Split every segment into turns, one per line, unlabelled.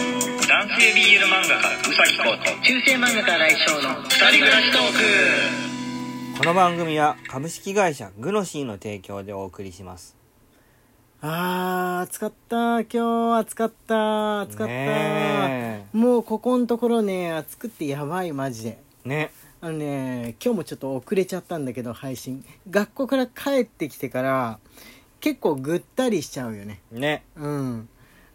学級 BL 漫画家うさぎこうと
中世漫画家来翔の
二人暮らしトー
この番組は株式会社グロシーの提供でお送りします
あー暑かった今日暑かった暑かった、
ね
もうここのところね暑くてやばいマジで
えね
あのね今日もちょっと遅れちゃったんだけど配信学校から帰ってきてから結構ぐったりしちゃうよね
ね
うん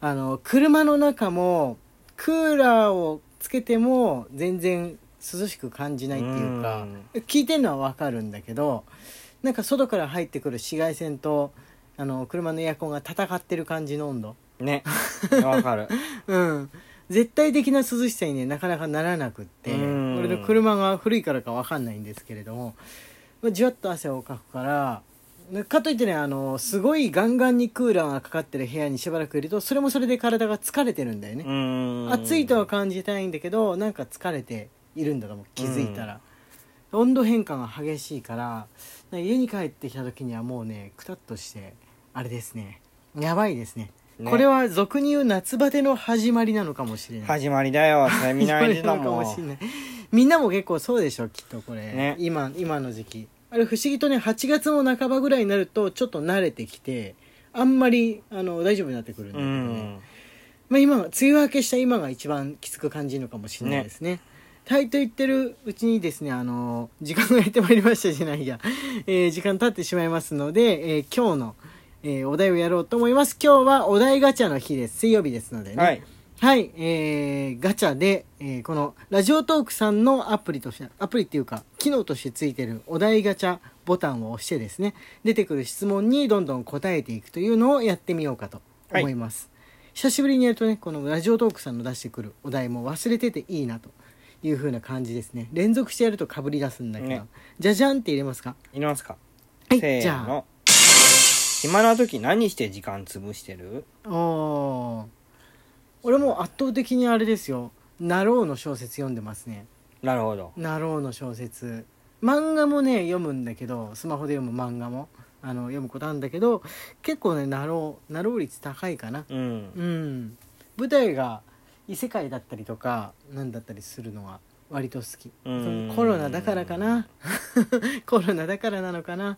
あの車の中もクーラーをつけても全然涼しく感じないっていうか聞いてるのはわかるんだけどなんか外から入ってくる紫外線とあの車のエアコンが戦ってる感じの温度
ねわかる
うん絶対的な涼しさにねなかなかならなくって
うん
俺の車が古いからかわかんないんですけれどもまあじわっと汗をかくからねかといってねあのすごいガンガンにクーラーがかかってる部屋にしばらくいるとそれもそれで体が疲れてるんだよね
う、ーん
暑いとは感じたいんだけどなんか疲れているんだと思う気づいたら、温度変化が激しいからなんか家に帰ってきた時にはもうねくたっとしてあれですねやばいですね
ね
これは俗に言う夏バテの始まりなのかもしれない
始まりだよそれ見ないで
な
だ
の
も
かもしれ
ん
ない みんなも結構そうでしょきっとこれ、
ね
今今の時期あれ不思議とね8月の半ばぐらいになるとちょっと慣れてきてあんまりあの大丈夫になってくるんだ
う
けどね、
ん
まあ、今が梅雨明けした今が一番きつく感じるのかもしれないですね。タイと言ってるうちにですね、あのー時間がやってまいりましたじゃないや、 えー時間経ってしまいますので、えー今日の、えーお題をやろうと思います。今日はお題ガチャの日です。水曜日ですのでね。
はい
はい、えーガチャで、えーこのラジオトークさんのアプリとして、アプリっていうか、機能としてついてるお題ガチャボタンを押してですね、出てくる質問にどんどん答えていくというのをやってみようかと思います。久しぶりにやるとね、このラジオトークさんの出してくるお題も忘れてていいなという風な感じですね。連続してやると被り出すんだけど、
ね
じゃじゃんって入れますか
いきますか
はい、
せ
じ
ー
ゃ
の暇な時何して時間潰してる
あ。おー俺もう圧倒的にあれですよ。なろうの小説読んでますね。
なるほど
なろうの小説漫画もね読むんだけどスマホで読む漫画もあの読むことあるんだけど結構ねなろうなろう率高いかな
う
うんん舞台が異世界だったりとか何だったりするのは割と好き
う
そ
ん
のコロナだからかな コロナだからなのかな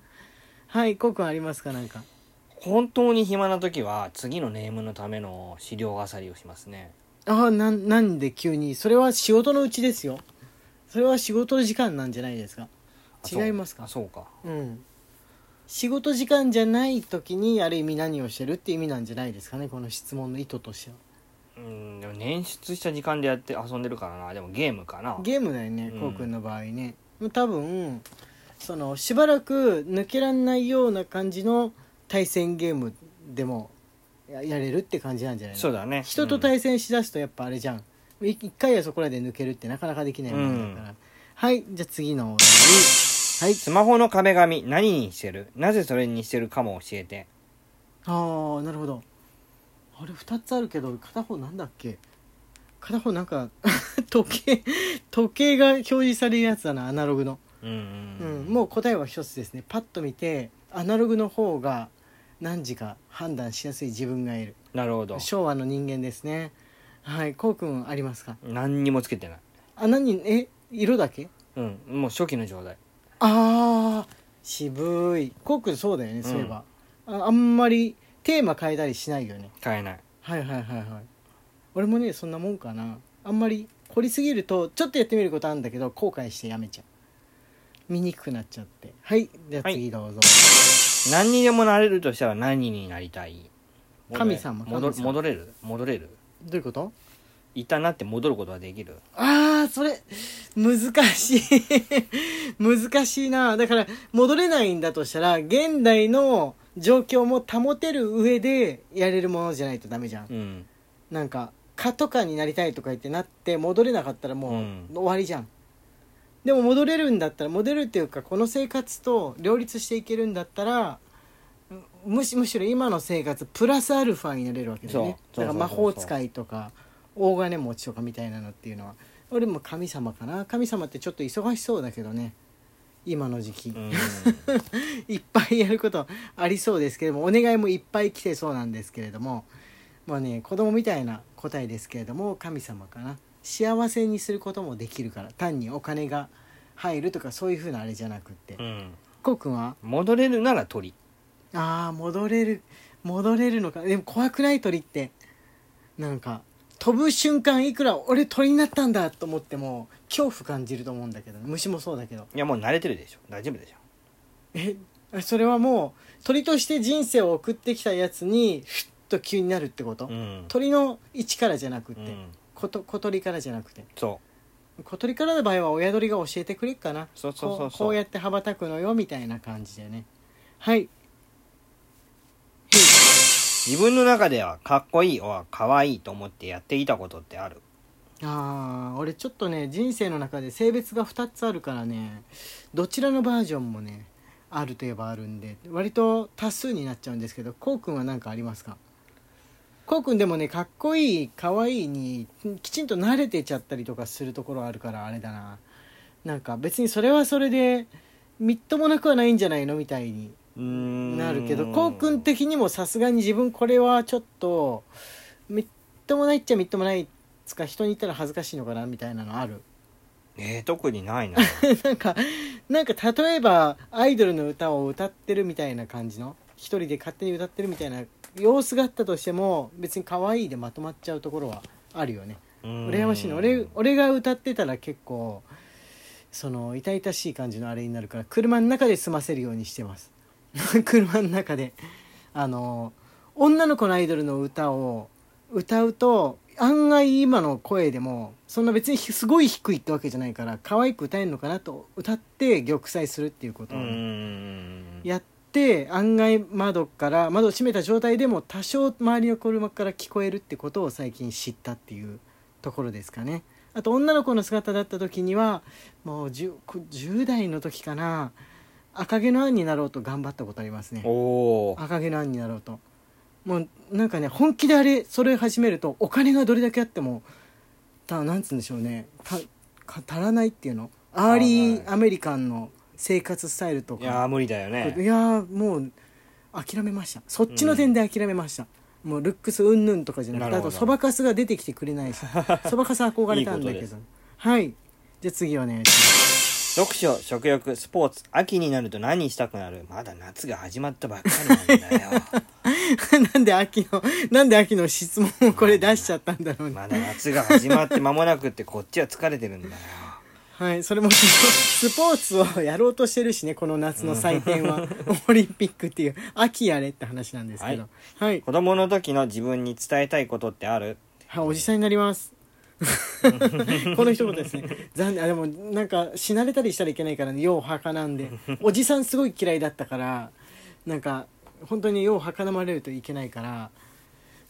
はいコウ君ありますかなんか
本当に暇な時は次のネームのための資料漁りをしますね
ああなんなんで急にそれは仕事のうちですよそれは仕事の時間なんじゃないですか
あそう
違いますか
あそうか
うん、仕事時間じゃない時にある意味何をしてるって意味なんじゃないですかねこの質問の意図としては
うんでも捻出した時間でやって遊んでるからなでもゲームかな
ゲームだよね
うん
こうくんの場合ね多分そのしばらく抜けられないような感じの対戦ゲームでもややれるって感じなんじゃないの
そうだね
人と対戦しだすとやっぱあれじゃんい一回はそこらで抜けるってなかなかできないもんだから、はいじゃあ次のお題はい
スマホの壁紙何にしてるなぜそれにしてるかも教えて
ああなるほどあれ2つあるけど片方なんだっけ片方なんか 時計時計が表示されるやつだなアナログの、
うん
う
うんん、
もう答えは一つですねパッと見てアナログの方が何時か判断しやすい自分がいる
なるほど
昭和の人間ですねはいこうくんありますか
何にもつけてない
あ何え色だけ
うんもう初期の状態
あー渋いこうくんそうだよねそういえば、ああんまりテーマ変えたりしないよね
変えない
はいはいはいはい俺もねそんなもんかなあんまり凝りすぎるとちょっとやってみることあるんだけど後悔してやめちゃう見にくくなっちゃってはいじゃあ
はい
次どうぞ、
何にでもなれるとしたら何になりたい
神様
戻
神様
戻れる戻れる
どういうこと
いたなって戻ることはできる
あーそれ難しい 難しいなだから戻れないんだとしたら現代の状況も保てる上でやれるものじゃないとダメじゃん
うん
なんか蚊とかになりたいとか言ってなって戻れなかったらも
ん
う終わりじゃん、でも戻れるんだったら戻れるっていうかこの生活と両立していけるんだったらむむしむしろ今の生活プラスアルファになれるわけだよね
そうそうそうそう
だから魔法使いとか大金持ちとかみたいなのっていうのは俺も神様かな神様ってちょっと忙しそうだけどね今の時期、
うん
いっぱいやることありそうですけどもお願いもいっぱい来てそうなんですけれどもまあね子供みたいな答えですけれども神様かな幸せにすることもできるから単にお金が入るとかそういうふうなあれじゃなくって、
うん
こうくんは
戻れるなら鳥
ああ戻れる戻れるのかでも怖くない鳥ってなんか飛ぶ瞬間いくら俺鳥になったんだと思っても恐怖感じると思うんだけど虫もそうだけど
いやもう慣れてるでしょ大丈夫でしょ
えそれはもう鳥として人生を送ってきたやつにふっと急になるってこと、
うん
鳥の位置からじゃなくって、
うん
こと小鳥からじゃなくて
そう
小鳥からの場合は親鳥が教えてくれっかな
そうそうそうそう
ここうやって羽ばたくのよみたいな感じでねはい
自分の中ではかっこいいおはかわいいと思ってやっていたことってある
あー俺ちょっとね人生の中で性別が2つあるからねどちらのバージョンもねあるといえばあるんで割と多数になっちゃうんですけどこうくんは何かありますかこうくんでもねかっこいいかわいいにきちんと慣れてちゃったりとかするところあるからあれだななんか別にそれはそれでみっともなくはないんじゃないのみたいにな
な
るけどこうくん的にもさすがに自分これはちょっとみっともないっちゃみっともないっつか人に言ったら恥ずかしいのかなみたいなのある
えー、特にないな
なんかなんか例えばアイドルの歌を歌ってるみたいな感じの一人で勝手に歌ってるみたいな様子があったとしても別に可愛いでまとまっちゃうところはあるよね
羨
羨ましいの俺俺が歌ってたら結構その痛々しい感じのあれになるから車の中で済ませるようにしてます 車の中であの女の子のアイドルの歌を歌うと案外今の声でもそんな別にすごい低いってわけじゃないから可愛く歌えるのかなと歌って玉砕するっていうこと
う
をね、
ん
やって案外窓から窓を閉めた状態でも多少周りの車から聞こえるってことを最近知ったっていうところですかねあと女の子の姿だった時にはもう 10, 10代の時かな赤毛のアンになろうと頑張ったことありますね
おお
赤毛のアンになろうともうなんかね本気であれそれ始めるとお金がどれだけあってもたなんつうんでしょうねたか足らないっていうのアーリーアメリカンの生活スタイルとか
いやー無理だよ
い
ね
やーもう諦めましたそっちの点で諦めました、もうルックスうんぬんとかじゃなく
な
て
る
あ
ほど
とそばかすが出てきてくれ ないしそばかす憧れたんだけ
いいことで
ど
す
はいじゃあ次お願いします
読書食欲スポーツ秋になると何したくなるまだ夏が始まったばっかりなんだよ
なんで秋のなんで秋の質問をこれ出しちゃったんだろうね、
まだ夏が始まって間もなくってこっちは疲れてるんだよ
はいそれもスポーツをやろうとしてるしねこの夏の祭典 はオリンピックっていう秋やれって話なんですけどはい、
子供の時の自分に伝えたいことってある
はい、おじさんになります この一言ですね残念あでもなんか死なれたりしたらいけないからねよう儚んでおじさんすごい嫌いだったからなんか本当によう儚まれるといけないから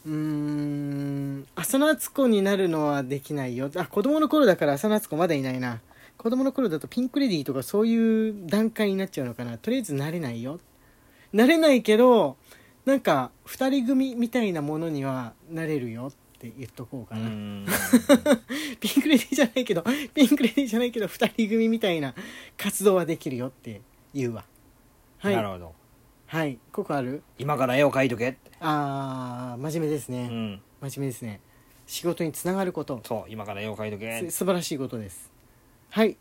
うーん浅野敦子になるのはできないよあ子供の頃だから浅野敦子まだいないな子供の頃だとピンク・レディーとかそういう段階になっちゃうのかなとりあえずなれないよなれないけどなんか2人組みたいなものにはなれるよって言っとこう
う
かな、
ん
ピンクレディーじゃないけど、ピンクレディーじゃないけど、二人組みたいな活動はできるよって言うわ。はい。
なるほど
はい。ここある
今から絵を描いとけって
あー、真面目です
う
ね。
ん
真面目ですね。仕事につながること。
そう今から絵を描いとけ
す素晴らしいことです。はい。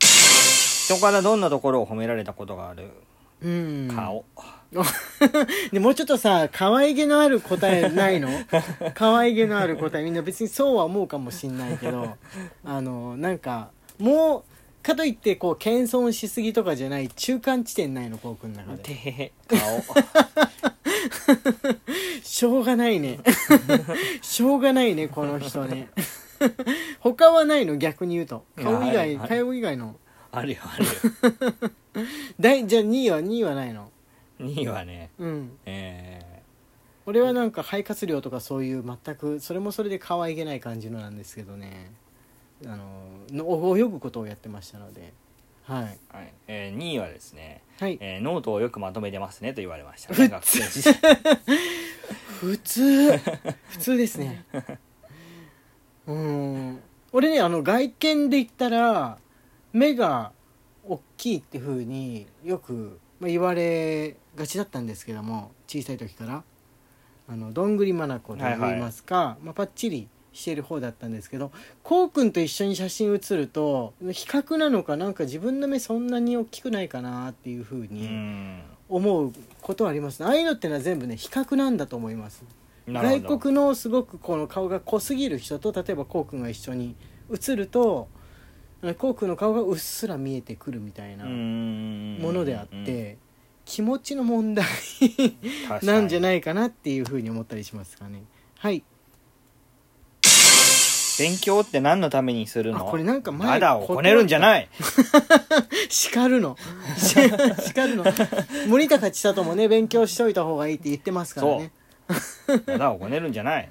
人からどんなところを褒められたことがある
うん。。
顔
でもうちょっとさ、可愛げのある答えない の可愛げのある答え。みんな別にそうは思うかもしんないけど、あの、なんか、もう、かといって、こう、謙遜しすぎとかじゃない、中間地点ないの、こうくんの中で。
てへへ 顔
しょうがない ね。しょうがないね、この人ね。 他はないの逆に言うと。
いや
顔以
は
外、
いはい
顔以外の。
あるよあるよ
第じゃあ2位は2位はないの。
2位はね
うん。
え
俺はなんか肺活量とかそういう全く、それもそれで可愛げない感じのなんですけどね。あの、の泳ぐことをやってましたので。はい。
ーはいえ2位はですね、
はい。
えーノートをよくまとめてますねと言われました、ね、学生 時代
普通普通ですねうーん俺ねあの外見で言ったら目が大きいって風によくまあ言われがちだったんですけども小さい時からあのどんぐりまなこと言いますか、まあ、パッチリしてる方だったんですけどこうくんと一緒に写真写ると比較なのかなんか自分の目そんなに大きくないかなっていうふう
う
に
ん
思うことはあります、ああいうのってのは全部ね比較なんだと思います
なるほ
外
ど
国のすごくこの顔が濃すぎる人と例えばこうくんが一緒に写るとこうくんの顔がうっすら見えてくるみたいなも
の
のであって、気持ちの問題なんじゃ
い
ないかなっていうふうに思ったりしますかね。はい、
勉強って何のためにするの
あこれなんか前
まだをこねるんじゃない
叱る の叱るの森高千里もね勉強しといた方がいいって言ってますからね
まだをこねるんじ ゃない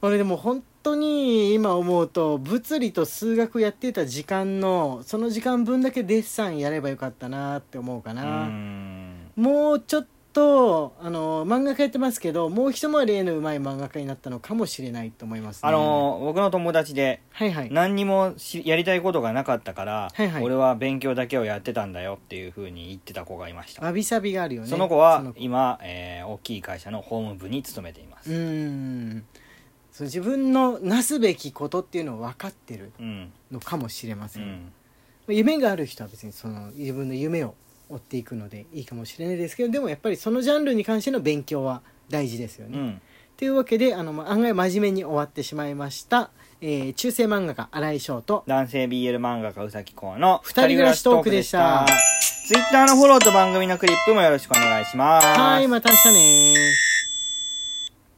俺でも本当に今思うと物理と数学やってた時間のその時間分だけデッサンやればよかったなって思うか
う
な、
ん
もうちょっとあの漫画家やってますけどもう一回り絵のうまい漫画家になったのかもしれないと思いますね
あの僕の友達で
はいはい
何にもしやりたいことがなかったから、
はいはい
俺は勉強だけをやってたんだよっていうふうに言ってた子がいました、
わびさびがあるよね
その子は今、えー大きい会社の法務部に勤めていま
う
す
ーんそう自分のなすべきことっていうのを分かってる
うん
のかもしれま
う
せん、
ん
夢がある人は別にその自分の夢を追っていくのでいいかもしれないですけどでもやっぱりそのジャンルに関しての勉強は大事ですよ
う
ね。
ん
というわけであのまあ案外真面目に終わってしまいました、えー中世漫画家荒井翔と
男性 BL 漫画家うさきこうの
二人暮らしトークでした
ツイッターのフォローと番組のクリップもよろしくお願いします
はいまた明日ね